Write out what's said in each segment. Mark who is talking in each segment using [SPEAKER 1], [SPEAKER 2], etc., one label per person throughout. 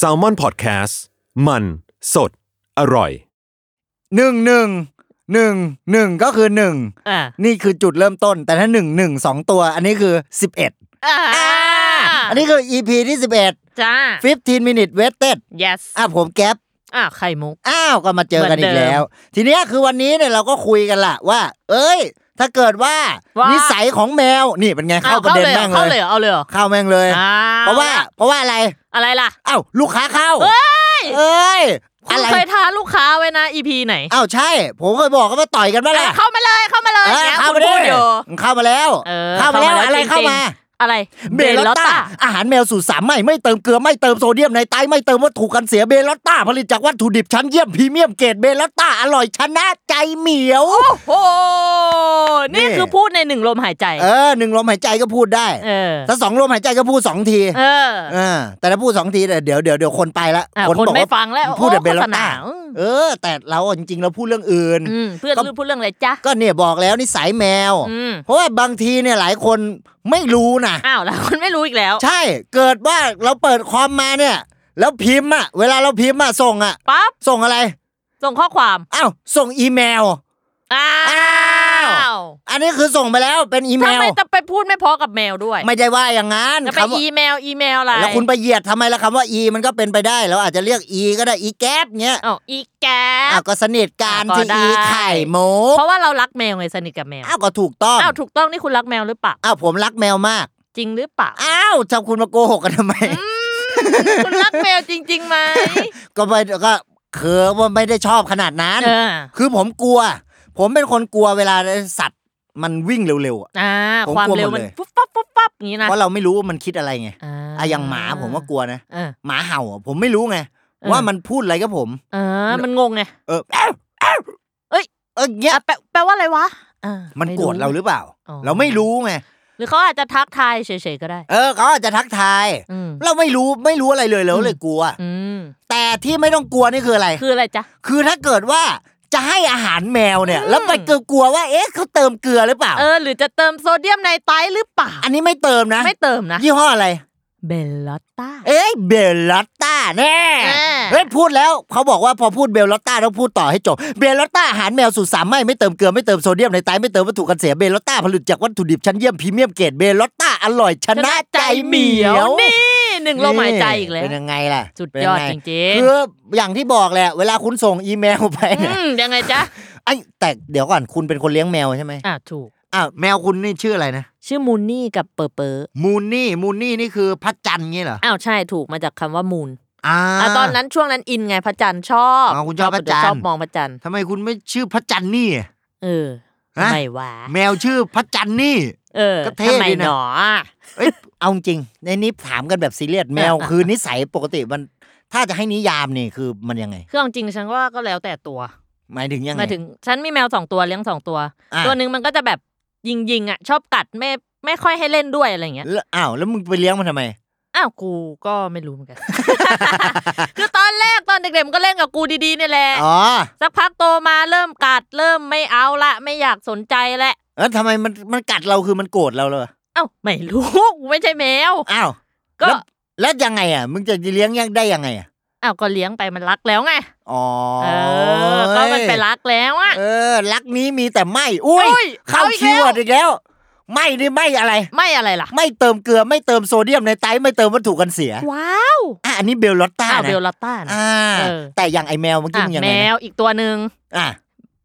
[SPEAKER 1] s a l m o n PODCAST มันสดอร่อย
[SPEAKER 2] หนึ่งหนึ่งหนึ่งหนึ่งก็คือหนึ่ง
[SPEAKER 3] อ่า
[SPEAKER 2] นี่คือจุดเริ่มต้น แต่ถ้าหนึ่งหนึ่งสองตัว อันนี้คือสิบเอ็ด
[SPEAKER 3] อ่า
[SPEAKER 2] อันนี้คือ EP ที่สิบเอ็ด
[SPEAKER 3] จ้า
[SPEAKER 2] 15 minute wasted
[SPEAKER 3] yes
[SPEAKER 2] อ่ะผมแก๊ป
[SPEAKER 3] อ่าไข่มุก
[SPEAKER 2] อ้าวก็มาเจอกันอีก
[SPEAKER 3] เหมือนเดิม
[SPEAKER 2] แล้ว ทีเนี้ยคือวันนี้เนี่ยเราก็คุยกันล่ะว่า เอ้ย ถ้าเกิดว่า
[SPEAKER 3] ว่า
[SPEAKER 2] นิสัยของแมวนี่เป็นไงเข้าประเด็น
[SPEAKER 3] อ้าว
[SPEAKER 2] แม่ง
[SPEAKER 3] เข้าเล
[SPEAKER 2] เลย ย
[SPEAKER 3] เหรอเข้าเลยเหรอ
[SPEAKER 2] เข้าแม่งเลยเพ
[SPEAKER 3] เอาเลยเหรออ่า
[SPEAKER 2] ราะว่า เพราะว่าอะไร
[SPEAKER 3] อะไรล่ะ
[SPEAKER 2] อ้าวลูกค้าเข้า
[SPEAKER 3] เอ้ย
[SPEAKER 2] เอ้ย
[SPEAKER 3] คุ
[SPEAKER 2] อะ
[SPEAKER 3] ณ
[SPEAKER 2] ไร
[SPEAKER 3] เคยท้าลูกค้าไว้นะ EP ไหน
[SPEAKER 2] อ้าวใช่ ผมเคยบอกก็มาต่อยกันมา
[SPEAKER 3] เอ
[SPEAKER 2] ล่ะ
[SPEAKER 3] อเข้ามาเลยเข้ามาเลย
[SPEAKER 2] เออ
[SPEAKER 3] นี่ย
[SPEAKER 2] เข้า
[SPEAKER 3] คุณ
[SPEAKER 2] มา
[SPEAKER 3] พู
[SPEAKER 2] ได้
[SPEAKER 3] ดอยู่
[SPEAKER 2] มันเข้ามาแล้ว
[SPEAKER 3] เออ
[SPEAKER 2] เข้ามาแล้วอะไร
[SPEAKER 3] จงๆ
[SPEAKER 2] เข้ามา
[SPEAKER 3] อะไร
[SPEAKER 2] เบลอตตาอาหารแมวสูตรสามไม่ไม่เติมเกลือไม่เติมโซเดียมในไตไม่เติมวัตถุกันเสียเบลอตตาผลิตจากวัตถุดิบชั้นเยี่ยมพรีเมียมเกรดเบลอตตาอร่อยชนะใจเหมียว
[SPEAKER 3] โอ้
[SPEAKER 2] นี่
[SPEAKER 3] นี่คือพูดในหนึ่งลมหายใจ
[SPEAKER 2] เออหนึ่งลมหายใจก็พูดได้
[SPEAKER 3] เออ
[SPEAKER 2] ถ้าสองลมหายใจก็พูดสองที
[SPEAKER 3] เออ
[SPEAKER 2] เออแต่ถ้าพูดสองทีเนี่ยเดี๋ยวเดี๋ยวเดี๋ยวคนไปละ
[SPEAKER 3] อ่ะคน
[SPEAKER 2] บอก
[SPEAKER 3] ไม่
[SPEAKER 2] ว่า
[SPEAKER 3] ฟังแล้ว
[SPEAKER 2] พูดแต่
[SPEAKER 3] โอ้
[SPEAKER 2] เบลอต
[SPEAKER 3] โฆษณา
[SPEAKER 2] ตา
[SPEAKER 3] อืม
[SPEAKER 2] เออ แต่เราอ่ะจริงๆเราพูดเรื่องอื่น
[SPEAKER 3] อืมเพื่อน
[SPEAKER 2] ก็
[SPEAKER 3] ลืมพูดเรื่องอะไรจ้ะ
[SPEAKER 2] ก็เนี่ยบอกแล้วนิสัยแมว
[SPEAKER 3] อืม
[SPEAKER 2] เพราะว่าบางทีเนี่ยหลายคนไม่รู้นะ
[SPEAKER 3] อ้าว แล้วคุณไม่รู้อีกแล้ว
[SPEAKER 2] ใช่ เกิดว่าเราเปิดคอมมาเนี่ย แล้วพิมพ์อะเวลาเราพิมพ์อะส่งอะ
[SPEAKER 3] ปั๊บ
[SPEAKER 2] ส่งอะไร
[SPEAKER 3] ส่งข้อความ
[SPEAKER 2] อ้าวส่งอีเมล
[SPEAKER 3] อ้า
[SPEAKER 2] อ้าว
[SPEAKER 3] ว
[SPEAKER 2] อันนี้คือส่งไปแล้วเป็นอีเม
[SPEAKER 3] ทำ
[SPEAKER 2] ล
[SPEAKER 3] ไมจะไปพูดไม่เพอกับแมวด้วย
[SPEAKER 2] ไม่ได้ว่าอย่างนั้น
[SPEAKER 3] จะไป
[SPEAKER 2] คำว่า
[SPEAKER 3] อีเมลอีเมลอะไร
[SPEAKER 2] แล้วคุณไปเหยียดทำไมล่ะคำว่าอีมันก็เป็นไปได้เราอาจจะเรียกอีก็ได้อีแก๊บเงี้ย
[SPEAKER 3] อ้าวอีแก
[SPEAKER 2] อ้าวก็สนิทกัน
[SPEAKER 3] ก็
[SPEAKER 2] ที่
[SPEAKER 3] ได้
[SPEAKER 2] อีไข่หมก
[SPEAKER 3] เพราะว่าเรารักแมวไงสนิทกับแมว
[SPEAKER 2] อ้าวก็ถูกต้อง
[SPEAKER 3] อ้าวถูกต้องนี่คุณรักแมวหรือเปล่า
[SPEAKER 2] อ้าวผมรักแมวมาก
[SPEAKER 3] จริงหรือเปล่า
[SPEAKER 2] อ้าวชาวคุณมาโกหกกันทำไม
[SPEAKER 3] คุณรักแมวจริงๆไหม
[SPEAKER 2] ก็ไม่ก็คือว่าไม่ได้ชอบขนาดนั้น
[SPEAKER 3] เออ
[SPEAKER 2] คือผมกลัว ผมเป็นคนกลัวเวลาสัตว์มันวิ่งเร็วๆอะ
[SPEAKER 3] อ่า
[SPEAKER 2] ผม
[SPEAKER 3] ความ
[SPEAKER 2] กลัว
[SPEAKER 3] เร็วมัน
[SPEAKER 2] หมดเลย
[SPEAKER 3] ฟุ๊บปั๊บฟุ๊บปั๊บอย่างนี้นะ
[SPEAKER 2] เพราะเราไม่รู้ว่ามันคิดอะไรไง
[SPEAKER 3] อ่า
[SPEAKER 2] อะอย่างหมาผมก็กลัวนะ
[SPEAKER 3] เออ
[SPEAKER 2] หมาเห่าอะผมไม่รู้ไง
[SPEAKER 3] เออ
[SPEAKER 2] ว่ามันพูดอะไรกับผม
[SPEAKER 3] เออมันงงไง
[SPEAKER 2] เออแอ้วแอ้ว
[SPEAKER 3] เอ้ย
[SPEAKER 2] เอ้ยเงี้ย
[SPEAKER 3] อ่ะแปลแปลว่าอะไรวะอ่า
[SPEAKER 2] มัน
[SPEAKER 3] ไ
[SPEAKER 2] โกรธเราหรือเปล่า
[SPEAKER 3] อ๋อ
[SPEAKER 2] เราไม่รู้ไง
[SPEAKER 3] หรือเขาอาจจะทักทายเฉยๆก็ได้
[SPEAKER 2] เออเขาอาจจะทักทาย
[SPEAKER 3] อืม
[SPEAKER 2] เราไม่รู้ไม่รู้อะไรเลยเรา
[SPEAKER 3] อืม
[SPEAKER 2] เลยกลัว
[SPEAKER 3] อืม
[SPEAKER 2] แต่ที่ไม่ต้องกลัวนี่คืออะไร
[SPEAKER 3] คืออะไรจ๊ะ
[SPEAKER 2] คือถ้าเกิดว่าจะให้อาหารแมวเนี่ย
[SPEAKER 3] อืม
[SPEAKER 2] แล้วไปเกลัวๆว่าเอ๊ะเขาเติมเกลือหรือเปล่า
[SPEAKER 3] เออ หรือจะเติมโซเดียมไนไตรท์หรือเปล่า
[SPEAKER 2] อันนี้ไม่เติมนะ
[SPEAKER 3] ไม่เติมนะ
[SPEAKER 2] ยี่ห้ออะไร
[SPEAKER 3] เบลลอตตา
[SPEAKER 2] เอ้ยเบลลอตตาแน่
[SPEAKER 3] อ่า
[SPEAKER 2] เฮ้ยพูดแล้วเขาบอกว่าพอพูดเบลลอตตาต้องพูดต่อให้จบเบลลอตตาอาหารแมวสูตรสามไหม่ไม่เติมเกลือไม่เติมโซเดียมในไตไม่เติมวัตถุกันเสียเบลลอตตาผลิตจากวัตถุดิบชั้นเยี่ยมพรีเมียมเกรดเบลลอตตาอร่อยชนะใจเหมียว
[SPEAKER 3] นี่หนึ่งลมหายใจอีกแล้ว
[SPEAKER 2] เป็นยังไงล่ะ
[SPEAKER 3] สุดยอด
[SPEAKER 2] เป็น
[SPEAKER 3] จ
[SPEAKER 2] ไ
[SPEAKER 3] ริง
[SPEAKER 2] คืออย่างที่บอกแหละเวลาคุณส่งอีเมลไป
[SPEAKER 3] ๆอื
[SPEAKER 2] เนี่ย
[SPEAKER 3] มยังไงจ๊ะ
[SPEAKER 2] ไอ้แต่เดี๋ยวก่อนคุณเป็นคนเลี้ยงแมวใช่ไหม
[SPEAKER 3] อ่ะถูก
[SPEAKER 2] อ้าวแมวคุณนี่ชื่ออะไรนะ
[SPEAKER 3] ชื่อมูนนี่กับเปอร์เปอร์
[SPEAKER 2] มูนนี่มูนนี่นี่คือพระจันทร์งี้เหรอ
[SPEAKER 3] อ้าวใช่ถูกมาจากคำว่ามูน
[SPEAKER 2] อ่า
[SPEAKER 3] อ่ะตอนนั้นช่วงนั้นอินไงพระจันทร์ชอบ
[SPEAKER 2] อ๋อคุณชอบพระจันทร์
[SPEAKER 3] ชอบมองพระจันทร์
[SPEAKER 2] ทำไมคุณไม่ชื่อพระจันทร์นี่อะ
[SPEAKER 3] เออ
[SPEAKER 2] ฮะ
[SPEAKER 3] ไม่ว่า
[SPEAKER 2] แมวชื่อพระจันทร์นี่
[SPEAKER 3] เออ
[SPEAKER 2] ก็เท่
[SPEAKER 3] ทำไม
[SPEAKER 2] ดีนะ
[SPEAKER 3] หนอ
[SPEAKER 2] เอ้ย เอาจริง ในนี้ถามกันแบบซี เรียสแมว
[SPEAKER 3] อ่ะ
[SPEAKER 2] คือนิสัยปกติมัน ถ้าจะให้นิยามนี่คือมันยังไง
[SPEAKER 3] เครื่องจริงฉันว่าก็แล้วแต่ตัว
[SPEAKER 2] หมายถึงยัง
[SPEAKER 3] ห
[SPEAKER 2] ไง
[SPEAKER 3] มายถึงฉันมีแมวสองตัวเลี้ยงสองตัว
[SPEAKER 2] อ่ะ
[SPEAKER 3] ตัวหนึ่งมันก็จะแบบยิงยิงๆอ่ะชอบกัดไม่ไม่ค่อยให้เล่นด้วยอะไรอย่างเงี้ย
[SPEAKER 2] แล้วอ้าวแล้วมึงไปเลี้ยงมันทำไม
[SPEAKER 3] อ้าวกูก็ไม่รู้เห มือนกัน คือตอนแรกตอนเด็กๆมันก็เล่นกับกูดีๆนี่แหละ
[SPEAKER 2] อ๋อ
[SPEAKER 3] สักพักโตมาเริ่มกัดเริ่มไม่เอาละไม่อยากสนใจและ
[SPEAKER 2] เออทำไมมันมันกัดเราคือมันโกรธเราเลย
[SPEAKER 3] เอ้าไม่รู้ กูไม่ใช่แมว
[SPEAKER 2] อ้าว
[SPEAKER 3] ก็
[SPEAKER 2] แล้วแล้วยังไงอ่ะ มึงจะเลี้ยงยังได้ยังไงอ่ะ
[SPEAKER 3] อ้าวก็เลี้ยงไปมันรักแล้วไง
[SPEAKER 2] อ๋อ
[SPEAKER 3] เออ ก็มันไปรักแล้วอ่ะ
[SPEAKER 2] เออรักนี้มีแต่ไม่อุ้ย
[SPEAKER 3] อุ้ย
[SPEAKER 2] เข้า
[SPEAKER 3] เอาอีก
[SPEAKER 2] คีย์เวิร์ด
[SPEAKER 3] แล้ว
[SPEAKER 2] อีกแล้ว ไม่นี่ไม่อะไร
[SPEAKER 3] ไม่อะไรล่ะ
[SPEAKER 2] ไม่เติมเกลือไม่เติมโซเดียมในไตไม่เติมวัตถุกันเสีย
[SPEAKER 3] ว้าว
[SPEAKER 2] อ่ะอันนี้เบลลอตตา
[SPEAKER 3] อ้าว
[SPEAKER 2] นะ
[SPEAKER 3] เบลลาต้านะ
[SPEAKER 2] อ่า
[SPEAKER 3] เออ
[SPEAKER 2] แต่อย่างไอแมวเมื่อกี้
[SPEAKER 3] อ่ะ
[SPEAKER 2] มึงยัง
[SPEAKER 3] แม
[SPEAKER 2] ไงนะ
[SPEAKER 3] วอีกตัวหนึ่ง
[SPEAKER 2] อ่า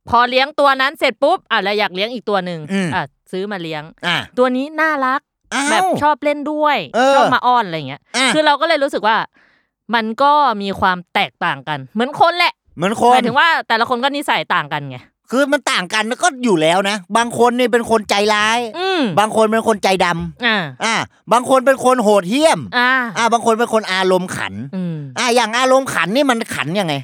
[SPEAKER 3] พอเลี้ยงตัวนั้นเสร็จปุ๊บอ่ะแล้วอยากเลี้ยงอีกตัวหนึ่ง
[SPEAKER 2] อืม
[SPEAKER 3] อ่ะซื้อมาเลี้ยง
[SPEAKER 2] อ่า
[SPEAKER 3] ตัวนี้น่ารัก
[SPEAKER 2] อ้าว
[SPEAKER 3] แบบชอบเล่นด้วย
[SPEAKER 2] เออ
[SPEAKER 3] ชอบมาอ้อนอะไรอย่างเงี้ย
[SPEAKER 2] อ่ะ
[SPEAKER 3] คือเราก็เลยรู้สึกว่า มันก็มีความแตกต่างกัน เหมือนคนแหละ
[SPEAKER 2] เหมือนค
[SPEAKER 3] ห
[SPEAKER 2] น
[SPEAKER 3] มายถึงว่าแต่ละคนก็นิสัยต่างกันไง
[SPEAKER 2] คือมันต่างกันแล้วก็อยู่แล้วนะ บางคนเนี่ยเป็นคนใจร้าย
[SPEAKER 3] อืม
[SPEAKER 2] บางคนเป็นคนใจดำ
[SPEAKER 3] อ่า
[SPEAKER 2] อ่า บางคนเป็นคนโหดเหี้ยม
[SPEAKER 3] อ่า
[SPEAKER 2] อ่า บางคนเป็นคนอารมณ์ขัน
[SPEAKER 3] อืม
[SPEAKER 2] อ่าอย่างอารมณ์ขันนี่มันขันยังไง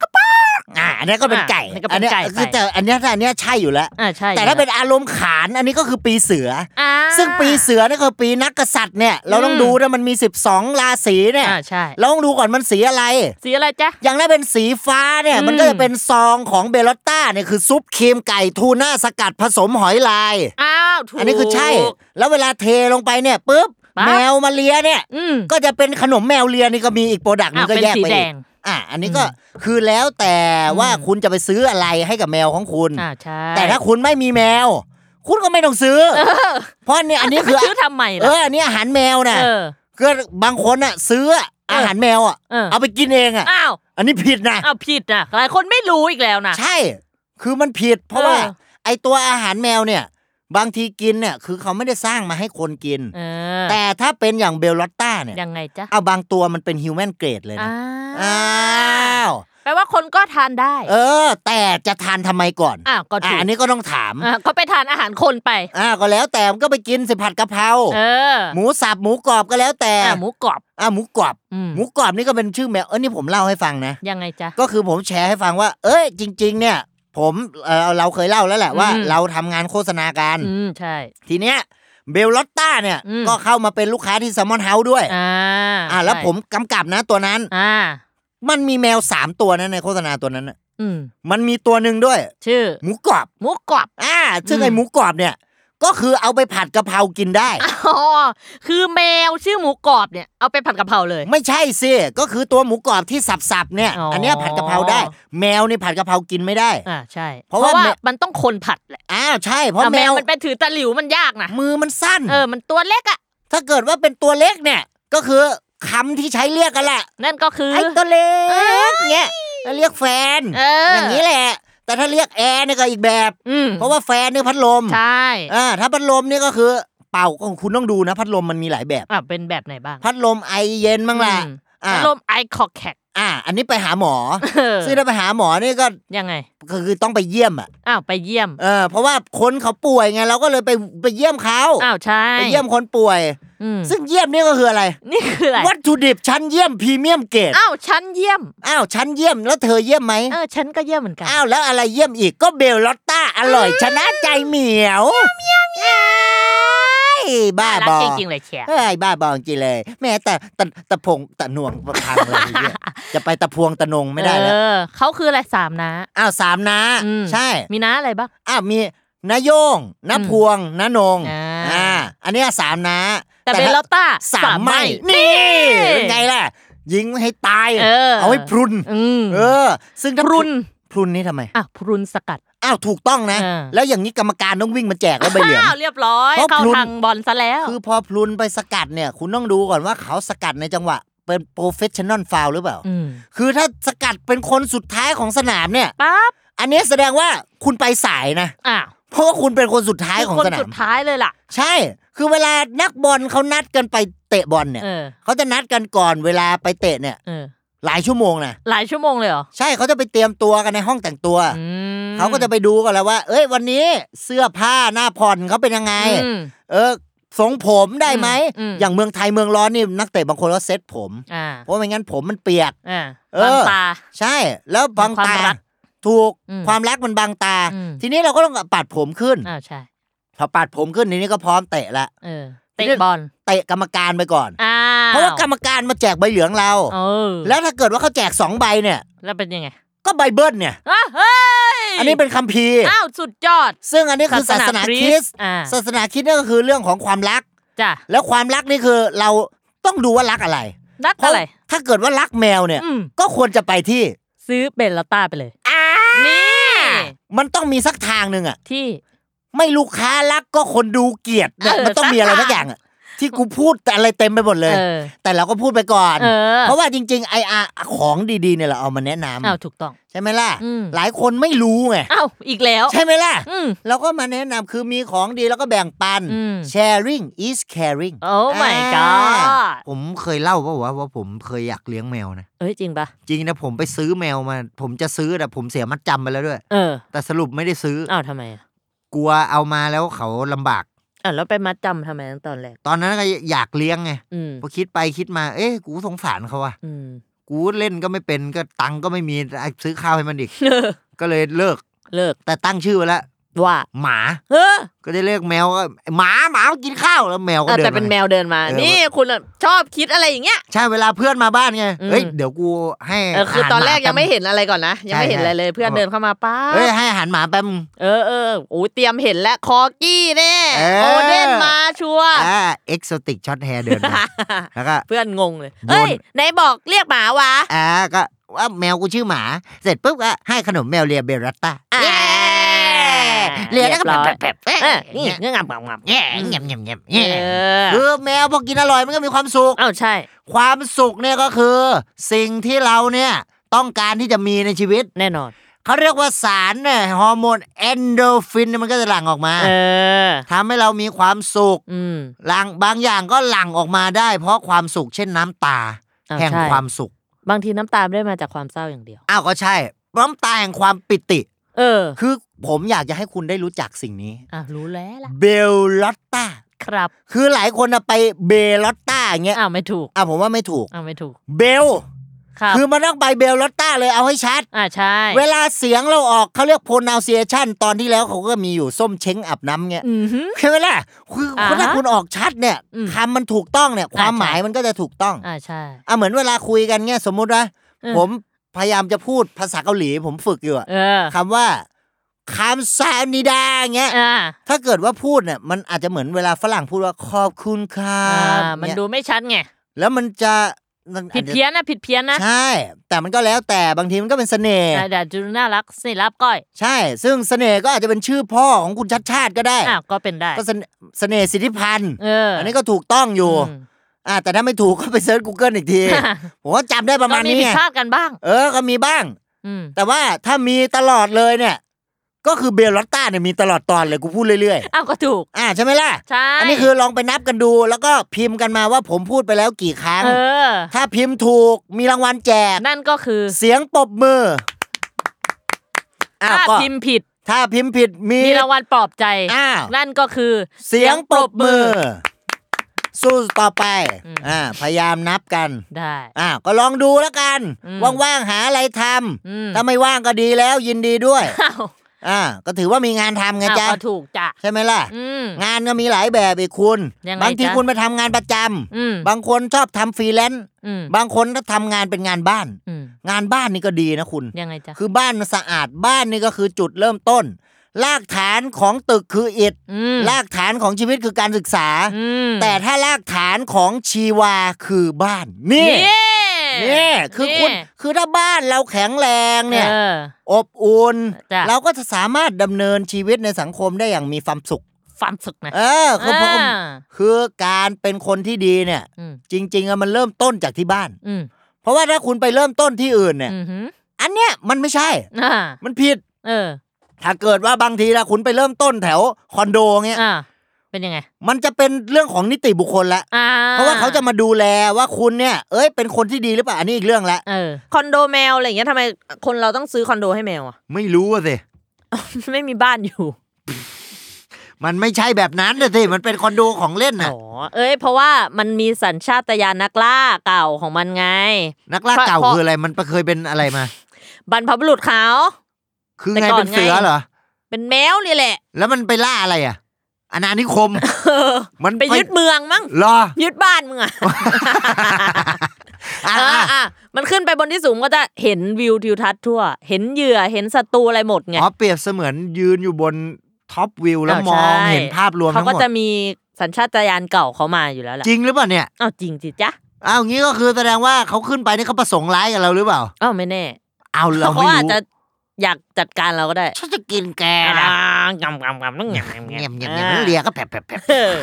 [SPEAKER 2] กระป๊ากอ่าอันนี้ก็เป็นไก่
[SPEAKER 3] อ่ะอันนี้ก็เป็นไก่ไป
[SPEAKER 2] คือแต่อันเนี้ยแต่อันเนี้ยใช่อยู่แล้ว
[SPEAKER 3] อ่าใช่
[SPEAKER 2] แต่ถ้าเป็นอารมณ์ขันอันนี้ก็คือปีเสืออ
[SPEAKER 3] อ่า
[SPEAKER 2] ซึ่งปีเสือนี่คือปีนักกษัตริย์เนี่ยเราต้อง
[SPEAKER 3] อืม
[SPEAKER 2] ดูนะมันมี 12 ราศีเนี่ย
[SPEAKER 3] อ่าใช่
[SPEAKER 2] เราต้องดูก่อนมันสีอะไร
[SPEAKER 3] สีอะไรจ๊ะ
[SPEAKER 2] อย่างถ้าเป็นสีฟ้าเนี่ย
[SPEAKER 3] อืม
[SPEAKER 2] มันก็จะเป็นซองของเบลลอตต้าเนี่ยคือซุปครีมไก่ทูน่าสกัดผสมหอยลาย
[SPEAKER 3] อ้าวถูก
[SPEAKER 2] อันนี้คือใช่ แล้วเวลาเทลงไปเนี่ยปุ๊บ
[SPEAKER 3] ปั๊บ
[SPEAKER 2] แมวมาเลียเนี่ย
[SPEAKER 3] อืม
[SPEAKER 2] ก็จะเป็นขนมแมวเลียนี่ก็มีอีกโปรดักต์หนึ
[SPEAKER 3] อ้าว
[SPEAKER 2] งก็
[SPEAKER 3] เป็น
[SPEAKER 2] แยก
[SPEAKER 3] สี
[SPEAKER 2] ไป
[SPEAKER 3] แด
[SPEAKER 2] อีก
[SPEAKER 3] ง
[SPEAKER 2] อ่ะอันนี้ก็คือแล้วแต่ว่า
[SPEAKER 3] อืม
[SPEAKER 2] คุณจะไปซื้ออะไรให้กับแมวของคุณ
[SPEAKER 3] อ่าใช่
[SPEAKER 2] แต่ถ้าคุณไม่มีแมว คุณก็ไม่ต้องซื้อ เพราะเนี่ยอันนี้คือ
[SPEAKER 3] ซื้อทำใหม่
[SPEAKER 2] เอ
[SPEAKER 3] ล่ะ
[SPEAKER 2] ออันนี้อาหารแมวน่ะ
[SPEAKER 3] เออ
[SPEAKER 2] คือบางคนอ่ะ ซื้ออาหารแมวอ่ะ
[SPEAKER 3] เออ
[SPEAKER 2] เอาไปกินเองอ่ะ
[SPEAKER 3] อ้าว
[SPEAKER 2] อันนี้ผิดนะ
[SPEAKER 3] อ้าวผิดนะหลายคนไม่รู้อีกแล้วนะ
[SPEAKER 2] ใช่ คือมันผิด เพราะว่า
[SPEAKER 3] เออ
[SPEAKER 2] ไอตัวอาหารแมวเนี่ย บางทีกินเนี่ยคือเขาไม่ได้สร้างมาให้คนกิน
[SPEAKER 3] เออ
[SPEAKER 2] แต่ถ้าเป็นอย่างเบลลอตต้าเนี่ย
[SPEAKER 3] ยังไงจ๊ะ
[SPEAKER 2] เอาบางตัวมันเป็นฮิวแมนเกรดเลยนะ
[SPEAKER 3] อ้า
[SPEAKER 2] อ้าว ว
[SPEAKER 3] แปลว่าคนก็ทานได้
[SPEAKER 2] เออ แต่จะทานทำไมก่อน
[SPEAKER 3] อ้าวก็
[SPEAKER 2] อ่ะ
[SPEAKER 3] ถูก
[SPEAKER 2] อันนี้ก็ต้องถาม
[SPEAKER 3] อ่ะก็ไปทานอาหารคนไป
[SPEAKER 2] อ่าก็แล้วแต่มันก็ไปกินสิผัดกะเพรา
[SPEAKER 3] เออ
[SPEAKER 2] หมูสับหมูกรอบก็แล้วแต่
[SPEAKER 3] อ่ะหมูกรอบ
[SPEAKER 2] อ่าหมูกรอบ
[SPEAKER 3] อืม
[SPEAKER 2] หมูกรอบนี่ก็เป็นชื่อแมวเออนี่ผมเล่าให้ฟังนะ
[SPEAKER 3] ยังไงจ๊ะ
[SPEAKER 2] ก็คือผมแชร์ให้ฟังว่า เอ้ยจริง ๆ เนี่ย ผมเออเราเคยเล่าแล้วแหละว่า
[SPEAKER 3] อืม
[SPEAKER 2] เราทำงานโฆษณากัน
[SPEAKER 3] อืมใช่
[SPEAKER 2] ทีเนี้ยเบลลอตต้าเนี่ย
[SPEAKER 3] อืม
[SPEAKER 2] ก็เข้ามาเป็นลูกค้าที่ s ซมมอนเฮาส์ด้วย
[SPEAKER 3] อ่า
[SPEAKER 2] อ่าแล้ว
[SPEAKER 3] ใช่
[SPEAKER 2] ผมกำกับนะตัวนั้น
[SPEAKER 3] อ่า
[SPEAKER 2] มันมีแมวสามตัวนะในโฆษณาตัวนั้นน่ะ
[SPEAKER 3] อืม
[SPEAKER 2] มันมีตัวหนึ่งด้วย
[SPEAKER 3] ชื่อ
[SPEAKER 2] หมูกรอบ
[SPEAKER 3] หมูกรอบ
[SPEAKER 2] อ่าซึ่ง
[SPEAKER 3] อืม
[SPEAKER 2] ไอหมูกรอบเนี่ย ก็คือเอาไปผัดกะเพรากินได้
[SPEAKER 3] อ๋อคือแมวชื่อหมูกรอบเนี่ยเอาไปผัดกะเพราเลย
[SPEAKER 2] ไม่ใช่สิ ก็คือตัวหมูกรอบที่สับๆเนี่ย
[SPEAKER 3] อ๋ออั
[SPEAKER 2] อันเนี้ยผัดกะเพราได้ แมวนี่ผัดกะเพรากินไม่ได้
[SPEAKER 3] อ่าใช่
[SPEAKER 2] เพราะว่าแมว
[SPEAKER 3] มันต้องคนผัดแหละ
[SPEAKER 2] อ้าวใช่ เพราะ
[SPEAKER 3] อ่ะ
[SPEAKER 2] แมว
[SPEAKER 3] มันไปถือตะหลิวมันยากนะ
[SPEAKER 2] มือมันสั้น
[SPEAKER 3] เออมันตัวเล็กอ่ะ
[SPEAKER 2] ถ้าเกิดว่าเป็นตัวเล็กเนี่ย ก็คือคำที่ใช้เรียกกันแหละ
[SPEAKER 3] นั่นก็คือ
[SPEAKER 2] ไอ้ตัวเล็
[SPEAKER 3] เอ้
[SPEAKER 2] กเงี้ยแล้วเรียกแฟน
[SPEAKER 3] เอออ
[SPEAKER 2] ย่างนี้แหละ แต่ถ้าเรียกแอร์เนี่ยก็อีกแบบ
[SPEAKER 3] อืม
[SPEAKER 2] เพราะว่าแฟนเนี่ยพัดลม
[SPEAKER 3] ใช่
[SPEAKER 2] อ่าถ้าพัดลมเนี่ยก็คือเป่าของคุณต้องดูนะ พัดลมมันมีหลายแบบ
[SPEAKER 3] อ่ะเป็นแบบไหนบ้าง
[SPEAKER 2] พัดลมไอเย็นบ้างล่ะ
[SPEAKER 3] อืม
[SPEAKER 2] อ่า
[SPEAKER 3] อารมณ์ไอคอแคก
[SPEAKER 2] อ่า อันนี้ไปหาหมอ
[SPEAKER 3] เออ
[SPEAKER 2] ซึ่งถ้าไปหาหมอนี่ก็
[SPEAKER 3] ยังไง
[SPEAKER 2] ก็คือต้องไปเยี่ยมอ่ะ
[SPEAKER 3] อ้าวไปเยี่ยม
[SPEAKER 2] เออเพราะว่าคนเขาป่วยไงเราก็เลยไปไปเยี่ยมเขา
[SPEAKER 3] อ้าวใช่
[SPEAKER 2] ไปเยี่ยมคนป่วย
[SPEAKER 3] อืม
[SPEAKER 2] ซึ่งเยี่ยมนี่ก็คืออะไร
[SPEAKER 3] นี่คืออะไร
[SPEAKER 2] วัตถุดิบชั้นเยี่ยมพรีเมียมเกรด
[SPEAKER 3] อ้าวฉันเยี่ยม
[SPEAKER 2] อ้าวชั้นเยี่ยมแล้วเธอเยี่ยมไหม
[SPEAKER 3] เออฉันก็เยี่ยมเหมือนกัน
[SPEAKER 2] อ้าวแล้วอะไรเยี่ยมอีกก็เบลลอตต้าอร่อยชนะใจเหมียวเยี่ยมเยี่ยมบ้า
[SPEAKER 3] น่
[SPEAKER 2] บ
[SPEAKER 3] รั
[SPEAKER 2] อ
[SPEAKER 3] กจริงๆเลยแชร์
[SPEAKER 2] เอ้ยบ้าบอจริงเลยแม่แต่แต่ตะพงตะหนวงพังเลยที เดียวจะไปตะพวงตะนงไม่ได้แล้ว
[SPEAKER 3] เออเขาคืออะไรสามนะ
[SPEAKER 2] อ้าวสามนะ
[SPEAKER 3] อืม
[SPEAKER 2] ใช่
[SPEAKER 3] มีน้าอะไรบ้าง
[SPEAKER 2] อ่ะมีนาโยงนาพวงนานง
[SPEAKER 3] อ่า
[SPEAKER 2] อันเนี้ยสามนะ
[SPEAKER 3] แต่เบลล
[SPEAKER 2] ถ้า
[SPEAKER 3] อตต้า
[SPEAKER 2] สามไม่
[SPEAKER 3] นี่
[SPEAKER 2] นี่เป็นไงล่ะ ยิงให้ตาย
[SPEAKER 3] เออ
[SPEAKER 2] ให้พรุน
[SPEAKER 3] อืม
[SPEAKER 2] เออ ซึ่งถ้า
[SPEAKER 3] พรุน
[SPEAKER 2] พรุนนี่ทำไม
[SPEAKER 3] อ่ะพรุนสกัด
[SPEAKER 2] อ้าวถูกต้องนะ
[SPEAKER 3] เออ
[SPEAKER 2] แล้วอย่างนี้กรรมการต้องวิ่งมาแจกแล้วใบเหลือง
[SPEAKER 3] อ้าวเรียบร้อย
[SPEAKER 2] เพราะ
[SPEAKER 3] เข้า
[SPEAKER 2] พรุน
[SPEAKER 3] ทางบอลซะแล้ว
[SPEAKER 2] คือพอพรุนไปสกัดเนี่ย คุณต้องดูก่อนว่าเขาสกัดในจังหวะ เป็นโปรเฟชชั่น a ลฟาวหรือเปล่า
[SPEAKER 3] อืม
[SPEAKER 2] คือถ้าสกัดเป็นคนสุดท้ายของสนามเนี่ย
[SPEAKER 3] ปั๊บ
[SPEAKER 2] อันเนี้ยแสดงว่าคุณไปสายนะ
[SPEAKER 3] อ้าว
[SPEAKER 2] เพราะว่าคุณเป็นคนสุดท้ายของ
[SPEAKER 3] คน
[SPEAKER 2] สนา
[SPEAKER 3] สุ
[SPEAKER 2] ม
[SPEAKER 3] ดท้ายเลยล่ะ
[SPEAKER 2] ใช่ คือเวลานักบอลเขานัดกันไปเตะบอลเนี่ย
[SPEAKER 3] เออ
[SPEAKER 2] เขาจะนัดกันก่อนเวลาไปเตะเนี่ย
[SPEAKER 3] เออ
[SPEAKER 2] หลายชั่วโมงนะ
[SPEAKER 3] หลายชั่วโมงเลยเหรอ
[SPEAKER 2] ใช่เขาจะไปเตรียมตัวกันในห้องแต่งตัว
[SPEAKER 3] อืม
[SPEAKER 2] เขาก็จะไปดูกันแล้วว่า เอ้ยวันนี้เสื้อผ้าหน้าผ่อนเขาเป็นยังไง
[SPEAKER 3] อืม
[SPEAKER 2] เออทรงผมได้ไหม
[SPEAKER 3] อืมอืม
[SPEAKER 2] อย่างเมืองไทยเมืองร้อนนี่นักเตะบางคนก็เซ็ตผม
[SPEAKER 3] อ่า
[SPEAKER 2] เพราะไม่งั้นผมมันเปียก
[SPEAKER 3] อ่า
[SPEAKER 2] เออ
[SPEAKER 3] บางตา
[SPEAKER 2] ใช่ แล้วบาง
[SPEAKER 3] ความ
[SPEAKER 2] ตา
[SPEAKER 3] รัก
[SPEAKER 2] ถูก
[SPEAKER 3] อืม
[SPEAKER 2] ความรักมันบางตา
[SPEAKER 3] อืม
[SPEAKER 2] ทีนี้เราก็ต้องปัดผมขึ้น
[SPEAKER 3] อ้าวใช่
[SPEAKER 2] พอปัดผมขึ้นทีนี้ก็พร้อมเตะละ
[SPEAKER 3] เออเตะบอล
[SPEAKER 2] เตะกรรมการไปก่อน
[SPEAKER 3] อ้าว
[SPEAKER 2] เพราะว่ากรรมการมาแจกใบเหลืองเรา
[SPEAKER 3] เออ
[SPEAKER 2] แล้วถ้าเกิดว่าเขาแจกสองใบเนี่ย
[SPEAKER 3] แล้วเป็นยังไง
[SPEAKER 2] ก็ใบเบิ้ลเนี่ย
[SPEAKER 3] อ้าวเฮ้ย
[SPEAKER 2] อันนี้เป็นคัมภีร์
[SPEAKER 3] อ้าวสุดยอด
[SPEAKER 2] ซึ่งอันนี้คือศาสนาคริสต์
[SPEAKER 3] อ่า
[SPEAKER 2] ศาสนาคริสต์นี่ก็คือเรื่องของความรัก
[SPEAKER 3] จ้ะ
[SPEAKER 2] แล้วความรักนี่คือเราต้องดูว่ารักอะไร
[SPEAKER 3] นัด
[SPEAKER 2] เพ
[SPEAKER 3] อะไร
[SPEAKER 2] ถ้าเกิดว่ารักแมวเนี่ย
[SPEAKER 3] อืม
[SPEAKER 2] ก็ควรจะไปที่
[SPEAKER 3] ซื้อเบลลาต้าไปเลย นี่
[SPEAKER 2] มันต้องมีสักทางหนึ่งอะ
[SPEAKER 3] ที่
[SPEAKER 2] ไม่ลูกค้ารักก็คนดูเกลียดเนี่ย
[SPEAKER 3] เออ
[SPEAKER 2] มันต้องมีอะไร
[SPEAKER 3] สัก
[SPEAKER 2] สักอย่างอะ ที่กูพูดแต่อะไรเต็มไปหมดเลย
[SPEAKER 3] เออ
[SPEAKER 2] แต่เราก็พูดไปก่อน
[SPEAKER 3] เออ
[SPEAKER 2] เพราะว่าจริงๆไออาของดีๆเนี่ยเราเอามาแนะน
[SPEAKER 3] อ้าวถูกต้อง
[SPEAKER 2] ำใช่ไหมล่ะ
[SPEAKER 3] อืม
[SPEAKER 2] หลายคนไม่รู้ไง
[SPEAKER 3] อ้าวอีกแล้ว
[SPEAKER 2] ใช่ไหมล่ะ
[SPEAKER 3] อืม
[SPEAKER 2] เราก็มาแนะนำคือมีของดีแล้วก็แบ่งปัน
[SPEAKER 3] อืม
[SPEAKER 2] sharing is caring
[SPEAKER 3] โอ้ my
[SPEAKER 2] อ่า
[SPEAKER 3] god
[SPEAKER 2] ผมเคยเล่าป่าวะว่าผมเคยอยากเลี้ยงแมวนะ
[SPEAKER 3] เอ้ยจริงปะ
[SPEAKER 2] จริงนะผมไปซื้อแมวมา ผมจะซื้อแต่ผมเสียมัดจำไปแล้วด้วย
[SPEAKER 3] เออ
[SPEAKER 2] แต่สรุปไม่ได้ซื้ออ
[SPEAKER 3] อ้าวทำไมอ่ะ
[SPEAKER 2] กลัวเอามาแล้วเขาลำบาก
[SPEAKER 3] อ้าวแล้วไปมัดจำทำไมตั้งตอนแรก
[SPEAKER 2] ตอนนั้นก็อยากเลี้ยงไง
[SPEAKER 3] อืม
[SPEAKER 2] พอคิดไปคิดมา เอ๊ะกูสงสารเขาอะ
[SPEAKER 3] อืม
[SPEAKER 2] กูเล่นก็ไม่เป็นก็ตังค์ก็ไม่มีอ่ะซื้อข้าวให้มันอีก ก็เลยเลิก
[SPEAKER 3] เลิก
[SPEAKER 2] แต่ตั้งชื่อไว้แล้ว
[SPEAKER 3] ว่า
[SPEAKER 2] หมา
[SPEAKER 3] เออ
[SPEAKER 2] ก็ได้เรียกแมวก็หมาหมามากินข้าวแล้วแมวก็
[SPEAKER 3] อ่ะ
[SPEAKER 2] เดิน
[SPEAKER 3] แต่
[SPEAKER 2] มา
[SPEAKER 3] เป็นแมวเดินมา
[SPEAKER 2] เออ
[SPEAKER 3] นี่คุณอะชอบคิดอะไรอย่างเงี้ย
[SPEAKER 2] ใช่เวลาเพื่อนมาบ้านไง
[SPEAKER 3] อืม
[SPEAKER 2] เฮ้ยเดี๋ยวกูให้
[SPEAKER 3] เออคืออา
[SPEAKER 2] หา
[SPEAKER 3] ตอนแรก
[SPEAKER 2] หา
[SPEAKER 3] ยังไม่เห็นอะไรก่อนนะ ยังไม่เห็นอะไรเลยเพื่อนเดินเข้ามาป้า
[SPEAKER 2] เฮ้ยให้อาหารหมาแป๊บ
[SPEAKER 3] เออเออโอ้ยเตรียมเห็นแล้วคอกี้แน่
[SPEAKER 2] เออ
[SPEAKER 3] โอเดนมาชัวร์
[SPEAKER 2] อ่าเอ็กโซติกช็อตแฮร์เดินมา แล้วก็
[SPEAKER 3] เพื่อนงงเลย
[SPEAKER 2] บ่น
[SPEAKER 3] เอ้ยไหนบอกเรียกหมาวะ
[SPEAKER 2] อ่าก็ว่าแมวกูชื่อหมา เสร็จปุ๊บก็ให้ขนมแมวเลียเบรัตตา
[SPEAKER 3] อ่า
[SPEAKER 2] เลียแล้วก็
[SPEAKER 3] รีบร้อย
[SPEAKER 2] แบบแบบแบบ
[SPEAKER 3] เออนี่
[SPEAKER 2] นี่
[SPEAKER 3] เงื่อนงับงับงับ
[SPEAKER 2] แง่เงียบเงียบเงียบ
[SPEAKER 3] เอ
[SPEAKER 2] แง่
[SPEAKER 3] อ
[SPEAKER 2] คือแมวพอกินอร่อยมันก็มีความสุข
[SPEAKER 3] เอ้าใช่
[SPEAKER 2] ความสุขเนี่ยก็คือ สิ่งที่เราเนี่ยต้องการที่จะมีในชีวิต
[SPEAKER 3] แน่นอน
[SPEAKER 2] เขาเรียกว่าสารเนี่ยฮอร์โมนเอนโดฟินเนี่ยมันก็จะหลั่งออกมา
[SPEAKER 3] เออ
[SPEAKER 2] ทำให้เรามีความสุข
[SPEAKER 3] อืม
[SPEAKER 2] หลังบางอย่างก็หลั่งออกมาได้ เพราะความสุขเช่นน้ำตา
[SPEAKER 3] อ้าว
[SPEAKER 2] แห่ง
[SPEAKER 3] ใช่
[SPEAKER 2] ความสุข
[SPEAKER 3] บางทีน้ำตาไม่ได้มาจากความเศร้าอย่างเดียว
[SPEAKER 2] อ้าวก็ใช่น้ำตาแห่งความปิติ
[SPEAKER 3] เออ
[SPEAKER 2] คือผมอยากจะให้คุณได้รู้จักสิ่งนี้
[SPEAKER 3] อ่ะรู้แล้วล่ะ
[SPEAKER 2] เบลลอตตา
[SPEAKER 3] ครับ
[SPEAKER 2] คือหลายคนน่ะไปเบลลอตตาอย่างเงี้ย
[SPEAKER 3] อ้าวไม่ถูก
[SPEAKER 2] อ่ะผมว่าไม่ถูก
[SPEAKER 3] อ้าวไม่ถูก
[SPEAKER 2] เบล
[SPEAKER 3] ครับ
[SPEAKER 2] คือมันต้องไปเบลลอตตาเลยเอาให้ชัด
[SPEAKER 3] อ่าใช่
[SPEAKER 2] เวลาเสียงเราออกเขาเรียก pronunciation ตอนที่แล้วเขาก็มีอยู่ส้มเช้งอาบน้ำเงี้ย
[SPEAKER 3] อือหือ
[SPEAKER 2] ใช่ไหมล่ะคือ
[SPEAKER 3] อ่าฮะ
[SPEAKER 2] ถ้าคุณออกชัดเนี่ย
[SPEAKER 3] อืม
[SPEAKER 2] คำมันถูกต้องเนี่ย ความ
[SPEAKER 3] อ่าใช่
[SPEAKER 2] หมายมันก็จะถูกต้อง
[SPEAKER 3] อ่าใช่
[SPEAKER 2] อ่ะเหมือนเวลาคุยกันเงี้ยสมมุติว่า
[SPEAKER 3] เออ
[SPEAKER 2] ผมพยายามจะพูดภาษาเกาหลี ผมฝึกอยู่อะ
[SPEAKER 3] เออ
[SPEAKER 2] คำว่าคำซานิดาเงี้ย
[SPEAKER 3] อ่า
[SPEAKER 2] ถ้าเกิดว่าพูดเนี่ยมันอาจจะเหมือนเวลาฝรั่งพูดว่าขอบคุณครั
[SPEAKER 3] อ่า
[SPEAKER 2] บ
[SPEAKER 3] มัน
[SPEAKER 2] เงี้ย
[SPEAKER 3] ดูไม่ชัดไง
[SPEAKER 2] แล้วมันจะมัน
[SPEAKER 3] ผิ
[SPEAKER 2] อาจ
[SPEAKER 3] ด
[SPEAKER 2] จะ
[SPEAKER 3] เพี้ยนนะผิดเพี้ยนนะ
[SPEAKER 2] ใช่ แต่มันก็แล้วแต่บางทีมันก็เป็นเสน่ห์
[SPEAKER 3] แต่ดูน่ารักสิรับก้อย
[SPEAKER 2] ใช่ ซึ่งเสน่ห์ก็อาจจะเป็นชื่อพ่อของคุณชัดชาติก็ได้
[SPEAKER 3] อ้าวก็เป็นได้
[SPEAKER 2] ก็เสน่ห์เสน่ห์สิทธิพันธ์
[SPEAKER 3] เอออั
[SPEAKER 2] นนี้ก็ถูกต้องอยู่อ่ะแต่ถ้าไม่ถูกก็ไปเซิร์ช Google อีกทีผมว่าจำได้ประมาณนี้
[SPEAKER 3] ก็ผิ
[SPEAKER 2] ไง
[SPEAKER 3] ดพลาดกันบ้าง
[SPEAKER 2] เออก็มีบ้าง
[SPEAKER 3] อืม
[SPEAKER 2] แต่ว่าถ้ามีตลอดเลยเนี่ย ก็คือเบลลอตตาเนี่ยมีตลอดตอนเลยกูพูดเรื่อย
[SPEAKER 3] อ้าวก็ถูก
[SPEAKER 2] ๆ อ่าใช่ไหมล่ะ
[SPEAKER 3] ใช่
[SPEAKER 2] อั
[SPEAKER 3] อั
[SPEAKER 2] นนี้คือลองไปนับกันดู แล้วก็พิมพ์กันมาว่าผมพูดไปแล้วกี่ครั้ง
[SPEAKER 3] เออ
[SPEAKER 2] ถ้าพิมพ์ถูกมีรางวัลแจก
[SPEAKER 3] นั่นก็คือ
[SPEAKER 2] เสียงปรบมืออ้าว
[SPEAKER 3] ถ้า
[SPEAKER 2] ก็
[SPEAKER 3] พิมพ์ผิด
[SPEAKER 2] ถ้าพิมพ์ผิดมี
[SPEAKER 3] มีรางวัลปลอบใจ
[SPEAKER 2] อ้าว
[SPEAKER 3] นั่นก็คือ
[SPEAKER 2] เสียงปรบมือ สู้ต่อไป
[SPEAKER 3] อืม
[SPEAKER 2] อ่าพยายามนับกัน
[SPEAKER 3] ได้
[SPEAKER 2] อ่าก็ลองดูแล้วกัน
[SPEAKER 3] อืม
[SPEAKER 2] ว่างๆหาอะไรท
[SPEAKER 3] อืม
[SPEAKER 2] ำถ้าไม่ว่างก็ดีแล้วยินดีด้วย
[SPEAKER 3] อ้าว
[SPEAKER 2] อ่าก็ถือว่ามีงานทำไง
[SPEAKER 3] อ้าว
[SPEAKER 2] จ๊ะ
[SPEAKER 3] ก็ถูกจ้ะ
[SPEAKER 2] ใช่ไหมล่ะ
[SPEAKER 3] อืม
[SPEAKER 2] งานก็มีหลายแบบอีกคุณ
[SPEAKER 3] ยังไง
[SPEAKER 2] บางที
[SPEAKER 3] จ๊ะ
[SPEAKER 2] คุณไปทำงานประจำ
[SPEAKER 3] อืม
[SPEAKER 2] บางคนชอบทำฟรีแลนซ์
[SPEAKER 3] อืม
[SPEAKER 2] บางคนก็ทำงานเป็นงานบ้าน
[SPEAKER 3] อืม
[SPEAKER 2] งานบ้านนี่ก็ดีนะคุณ
[SPEAKER 3] ยังไงจ๊ะ
[SPEAKER 2] คือบ้านมันสะอาดบ้านนี่ก็คือจุดเริ่มต้นรากฐานของตึกคืออิฐ
[SPEAKER 3] อืม
[SPEAKER 2] รากฐานของชีวิตคือการศึกษา
[SPEAKER 3] อืม
[SPEAKER 2] แต่ถ้ารากฐานของชีวาคือบ้านนี่นี่คือคุณคือถ้าบ้านเราแข็งแรงเนี่ย
[SPEAKER 3] ออ
[SPEAKER 2] อบอุ่น
[SPEAKER 3] จ้ะ
[SPEAKER 2] เราก็จะสามารถดำเนินชีวิตในสังคมได้อย่างมีความสุข
[SPEAKER 3] ความสุขนะ
[SPEAKER 2] เออคือผม
[SPEAKER 3] อ่า
[SPEAKER 2] คือการเป็นคนที่ดีเนี่ย
[SPEAKER 3] อืม
[SPEAKER 2] จริง ๆอะมันเริ่มต้นจากที่บ้าน
[SPEAKER 3] อืม
[SPEAKER 2] เพราะว่าถ้าคุณไปเริ่มต้นที่อื่นเนี่ย
[SPEAKER 3] อืมหือ
[SPEAKER 2] อันเนี้ยมันไม่ใช่
[SPEAKER 3] อ่า
[SPEAKER 2] มันผิด
[SPEAKER 3] เออ
[SPEAKER 2] ถ้าเกิดว่าบางทีนะคุณไปเริ่มต้นแถวคอนโดเงี้ย
[SPEAKER 3] อ่าเป็นยังไง
[SPEAKER 2] มันจะเป็นเรื่องของนิติบุคคลละ
[SPEAKER 3] อ่า
[SPEAKER 2] เพราะว่าเขาจะมาดูแลว่าคุณเนี่ย เอ้ยเป็นคนที่ดีหรือเปล่าอันนี้อีกเรื่องละ
[SPEAKER 3] เออคอนโดแมวอะไรอย่างเงี้ยทำไมคนเราต้องซื้อคอนโดให้แมวอ่ะ
[SPEAKER 2] ไม่รู้อะ สิ
[SPEAKER 3] ไม่มีบ้านอยู่
[SPEAKER 2] มันไม่ใช่แบบนั้นนะสิมันเป็นคอนโดของเล่นนะ
[SPEAKER 3] อ๋อ เอ้ย เพราะว่ามันมีสัญชาตญาณนักล่าเก่าของมันไง
[SPEAKER 2] นักล่าเก่า
[SPEAKER 3] เพราะ
[SPEAKER 2] คืออะไรมันเคยเป็นอะไรมา
[SPEAKER 3] บรรพบุรุษเขา
[SPEAKER 2] คือ
[SPEAKER 3] แต่
[SPEAKER 2] ไง
[SPEAKER 3] ก่อ
[SPEAKER 2] เป็
[SPEAKER 3] น
[SPEAKER 2] นเสือ
[SPEAKER 3] ไง
[SPEAKER 2] เหรอ
[SPEAKER 3] เป็นแมวนี่แหละ
[SPEAKER 2] แล้วมันไปล่าอะไรอ่ะอนานิคม
[SPEAKER 3] เออ
[SPEAKER 2] มัน
[SPEAKER 3] ไปยึดเมืองมั้ง
[SPEAKER 2] เหรอ
[SPEAKER 3] ยึดบ้านมึง อ่ะ
[SPEAKER 2] อ่ะ
[SPEAKER 3] เออ
[SPEAKER 2] อ่ะ
[SPEAKER 3] อ่ะมันขึ้นไปบนที่สูงก็จะเห็นวิวทิวทัศน์ทั่ว เห็นเหยื่อ เห็นศัตรูอะไรหมดไง
[SPEAKER 2] อ๋อเปรียบเสมือนยืนอยู่บนท็อปวิวแล้วม
[SPEAKER 3] ใช่
[SPEAKER 2] องเห็นภาพรวมทั้
[SPEAKER 3] เขา
[SPEAKER 2] งห
[SPEAKER 3] ก็
[SPEAKER 2] มด
[SPEAKER 3] จะมีสัญชาตญาณเก่าเขามาอยู่แล้วแหละ
[SPEAKER 2] จริงหรือเปล่าเนี่ย
[SPEAKER 3] อ้าวจริงจิจ๊ะ
[SPEAKER 2] อ้าวงี้ก็คือแสดงว่าเขาขึ้นไปนี่เขาประสงค์ร้ายกับเราหรือเปล่า
[SPEAKER 3] อ้าวไม่แน่
[SPEAKER 2] อ้าวเรา
[SPEAKER 3] เขา
[SPEAKER 2] ไม่
[SPEAKER 3] อาจ
[SPEAKER 2] รู้
[SPEAKER 3] จะอยากจัดการเราก็ได้
[SPEAKER 2] ฉันจะกินแก
[SPEAKER 3] อ่า
[SPEAKER 2] นะ
[SPEAKER 3] งำงำงำต้องงำงำ
[SPEAKER 2] เงียบ
[SPEAKER 3] งำ
[SPEAKER 2] เงียบเงียบแล้วเลียก็แผลบแผลบแผลบ
[SPEAKER 3] เออ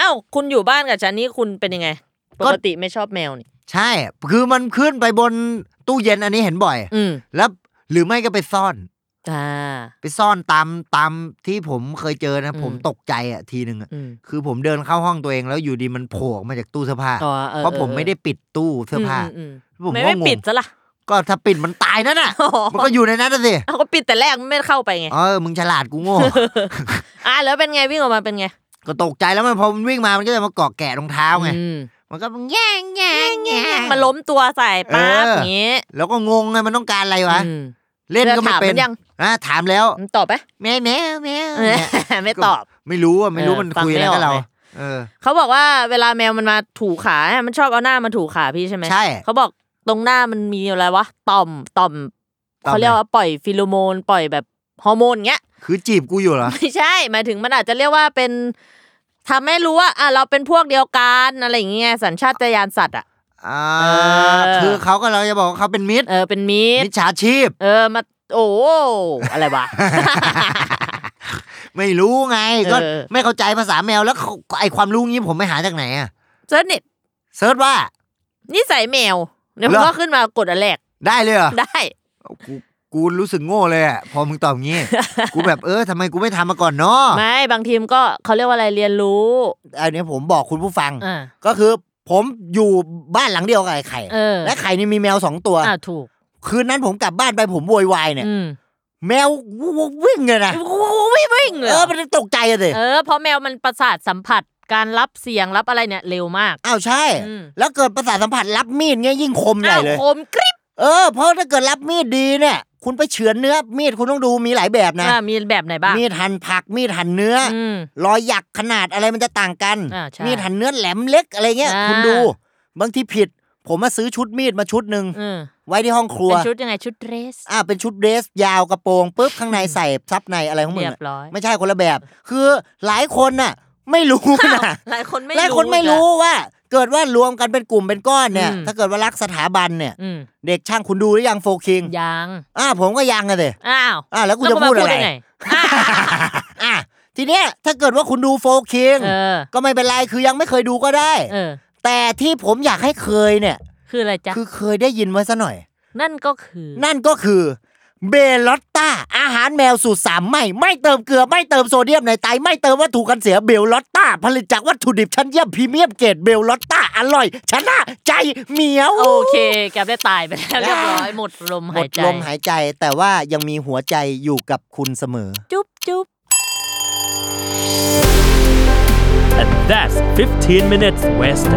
[SPEAKER 3] อ้าวคุณอยู่บ้านกับฉันนี่คุณเป็นยังไง ปกติไม่ชอบแมวนี่
[SPEAKER 2] ใช่ คือมันขึ้นไปบนตู้เย็นอันนี้เห็นบ่อย
[SPEAKER 3] อืม
[SPEAKER 2] แล้วหรือไม่ก็ไปซ่อน
[SPEAKER 3] อ่า
[SPEAKER 2] ไปซ่อนตามตามที่ผมเคยเจอนะ
[SPEAKER 3] อืม
[SPEAKER 2] ผมตกใจอ่ะทีหนึ่งอะ
[SPEAKER 3] อืม
[SPEAKER 2] คือผมเดินเข้าห้องตัวเองแล้วอยู่ดีมันโผล่ออกมาจากตู้เสื้อผ้า
[SPEAKER 3] ต่อออ
[SPEAKER 2] เพราะผมไม่ได้ปิดตู้เสื้อผ้า
[SPEAKER 3] มม
[SPEAKER 2] ผม
[SPEAKER 3] ไม่
[SPEAKER 2] ก็
[SPEAKER 3] ไม่
[SPEAKER 2] งง
[SPEAKER 3] ปิดซะละ
[SPEAKER 2] ก็ถ้าปิดมันตายนั่นน่ะ มันก็อยู่ในนั้น น่ะสิ
[SPEAKER 3] เอาก็ปิดแต่แรกไม่เข้าไปไง
[SPEAKER 2] เออ มึงฉลาดกูโง่
[SPEAKER 3] อ่าแล้วเป็นไงวิ่งออกมาเป็นไง
[SPEAKER 2] ก็ตกใจแล้วมันพอมันวิ่งมา มันก็จะมาเกาะแกะรองเท้าไง
[SPEAKER 3] อืม
[SPEAKER 2] มันก็แย่งแย่งแย่ง
[SPEAKER 3] มาล้มตัวใส่ป๊าบ
[SPEAKER 2] เออ
[SPEAKER 3] อ
[SPEAKER 2] อ
[SPEAKER 3] ย่างงี้
[SPEAKER 2] แล้วก็งงไงมันต้องการอะไรวะ
[SPEAKER 3] อืม
[SPEAKER 2] เล่นก็ไม่เป็น
[SPEAKER 3] เดี๋ยวถามมันยัง
[SPEAKER 2] อ่ะถามแล้ว
[SPEAKER 3] มันตอบไหม
[SPEAKER 2] แม่แม่แม่
[SPEAKER 3] เออไม่ตอบ
[SPEAKER 2] ไม่รู้อ่ะไม่รู้มัน
[SPEAKER 3] เออ
[SPEAKER 2] คุยอะไร
[SPEAKER 3] ฟังไม่ออก
[SPEAKER 2] กับเรา
[SPEAKER 3] เลย
[SPEAKER 2] เออ
[SPEAKER 3] เขาบอกว่าเวลาแมวมันมาถูขาอะมันชอบเอาหน้ามาถูขาพี่ใช่ไหม
[SPEAKER 2] ใช่
[SPEAKER 3] เขาบอกตรงหน้ามันมีอะไรวะต่อมต่อม
[SPEAKER 2] ต่อม
[SPEAKER 3] เขาเรียกว่าปล่อยฟิโลโมน ปล่อยแบบฮอร์โมนเงี้ย
[SPEAKER 2] คือจีบกูอยู่เหรอ
[SPEAKER 3] ไม่ใช่หมายถึงมันอาจจะเรียกว่าเป็นทำให้รู้ว่าอ่ะเราเป็นพวกเดียวกันอะไรอย่างเงี้ยสัญชาตญาณสัตว์อ่ะ
[SPEAKER 2] อ่า
[SPEAKER 3] เออ
[SPEAKER 2] คือเขาก็เราจะบอกว่าเขาเป็นมิตร
[SPEAKER 3] เออเป็นมิต
[SPEAKER 2] มิ
[SPEAKER 3] ร
[SPEAKER 2] จฉาชีพ
[SPEAKER 3] เออมาโอ้อะไรวะ
[SPEAKER 2] ไม่รู้ไง ก็
[SPEAKER 3] เออ
[SPEAKER 2] ไม่เข้าใจภาษาแมวแล้วเขาไอความรู้งี้ผมไม่หาจากไหนอ่ะ
[SPEAKER 3] เซิร์ชเน็ต
[SPEAKER 2] เซิร์ชว่า
[SPEAKER 3] นิสัยแมวเดี๋ยวมั
[SPEAKER 2] เหร
[SPEAKER 3] น
[SPEAKER 2] อ
[SPEAKER 3] ก็ขึ้นมากดอันแรก
[SPEAKER 2] ได้เลยเหรอ
[SPEAKER 3] ได้
[SPEAKER 2] กูกูรู้สึกโง่เลยอ่ะ พอมึงตอบงี้ กูแบบเออทำไมกูไม่ทำมาก่อนเนาะ
[SPEAKER 3] ไม่บางทีมนก็เขาเรียกว่าอะไรเรียนรู้
[SPEAKER 2] อันนี้ผมบอกคุณผู้ฟัง
[SPEAKER 3] อ่า
[SPEAKER 2] ก็คือผมอยู่บ้านหลังเดียวกับไอ้ไข่
[SPEAKER 3] เออ
[SPEAKER 2] และไข่นี่มีแมวสองตัว
[SPEAKER 3] อ่าถูก
[SPEAKER 2] คืนนั้นผมกลับบ้านไปผมโวยวายเนี่ย
[SPEAKER 3] อืม
[SPEAKER 2] แมววิ่งเลยนะ
[SPEAKER 3] วิ่งวิ่งเล
[SPEAKER 2] เอย อมันตกใจอะสิ
[SPEAKER 3] เออเพราะแมวมันประสาทสัมผัสการรับเสียงรับอะไรเนี่ยเร็วมาก
[SPEAKER 2] อ้าวใช่
[SPEAKER 3] อืม
[SPEAKER 2] แล้วเกิดประสาทสัมผัสรับมีดเงี้ยยิ่งคมใหญ่
[SPEAKER 3] อ้าว
[SPEAKER 2] เลย
[SPEAKER 3] คมกริบ
[SPEAKER 2] เออเพราะถ้าเกิดรับมีดดีเนี่ย คุณไปเฉือนเนื้อมีดคุณต้องดูมีหลายแบบนะ
[SPEAKER 3] อ่ามีแบบไหนบ้าง
[SPEAKER 2] มีดหั่นผักมีดหั่นเนื้ออ
[SPEAKER 3] อืม
[SPEAKER 2] รอยหยักขนาดอะไรมันจะต่างกัน
[SPEAKER 3] อ่าใช่
[SPEAKER 2] มีดหั่นเนื้อแหลมเล็กอะไรเงี้ย
[SPEAKER 3] อ่า
[SPEAKER 2] คุณดู บางทีผิด ผมมาซื้อชุดมีดมาชุดหนึ่ง
[SPEAKER 3] อืม
[SPEAKER 2] ไว้ที่ห้องครัว
[SPEAKER 3] เป็นชุดยังไงชุดเดรส
[SPEAKER 2] อ่าเป็นชุดเดรส ยาวกระโปรงปุ๊บข้างในใส่ซับในอะไรของมึ
[SPEAKER 3] เรี
[SPEAKER 2] ง
[SPEAKER 3] ย
[SPEAKER 2] อะ
[SPEAKER 3] บร้อย
[SPEAKER 2] ไม่ใช่คนละแบบ คือหลายคนน่ะ ไม่รู้นะ
[SPEAKER 3] หลายคนไม่
[SPEAKER 2] หลายคนไม่รู้
[SPEAKER 3] อีก
[SPEAKER 2] ว่า เกิดว่ารวมกันเป็นกลุ่มเป็นก้อนเนี่ย
[SPEAKER 3] อืม
[SPEAKER 2] ถ้าเกิดว่ารักสถาบันเนี่ย
[SPEAKER 3] อะอืม
[SPEAKER 2] เด็กช่างคุณดูหรือยังโฟคิง
[SPEAKER 3] ยัง
[SPEAKER 2] อ่าผมก็ยังอะเด
[SPEAKER 3] อ้าว
[SPEAKER 2] อ่าแล้วกู
[SPEAKER 3] แล้ว
[SPEAKER 2] จะพูดอะ
[SPEAKER 3] มา
[SPEAKER 2] ไร
[SPEAKER 3] ยังงอ้าว
[SPEAKER 2] อ่ะทีเนี้ยถ้าเกิดว่าคุณดูโฟคิง
[SPEAKER 3] เออ
[SPEAKER 2] ก็ไม่เป็นไรคือยังไม่เคยดูก็ได้
[SPEAKER 3] เออ
[SPEAKER 2] แต่ที่ผมอยากให้เคยเนี่ย
[SPEAKER 3] คืออะไรจ๊ะ
[SPEAKER 2] คือเคยได้ยินไว้ซะหน่อย
[SPEAKER 3] นั่นก็คือ
[SPEAKER 2] นั่นก็คือเบลอตตาอาหารแมวสูตรสามไม่ ไม่เติมเกลือไม่เติมโซเดียมในไตไม่เติมวัตถุกันเสียเบลอตตาผลิตจากวัตถุดิบชั้นเยี่ยมพรีเมียมเกรดเบลอตตาอร่อยชนะใจเหมียว
[SPEAKER 3] โอเค แกได้ตายไปแล้วเรียบร้อยหมดลม
[SPEAKER 2] หม
[SPEAKER 3] หา
[SPEAKER 2] ด
[SPEAKER 3] ยใจ
[SPEAKER 2] ลมหายใจแต่ว่ายังมีหัวใจอยู่กับคุณเสมอ
[SPEAKER 3] จุ๊บจุ๊บ
[SPEAKER 4] And that's 15 minutes west.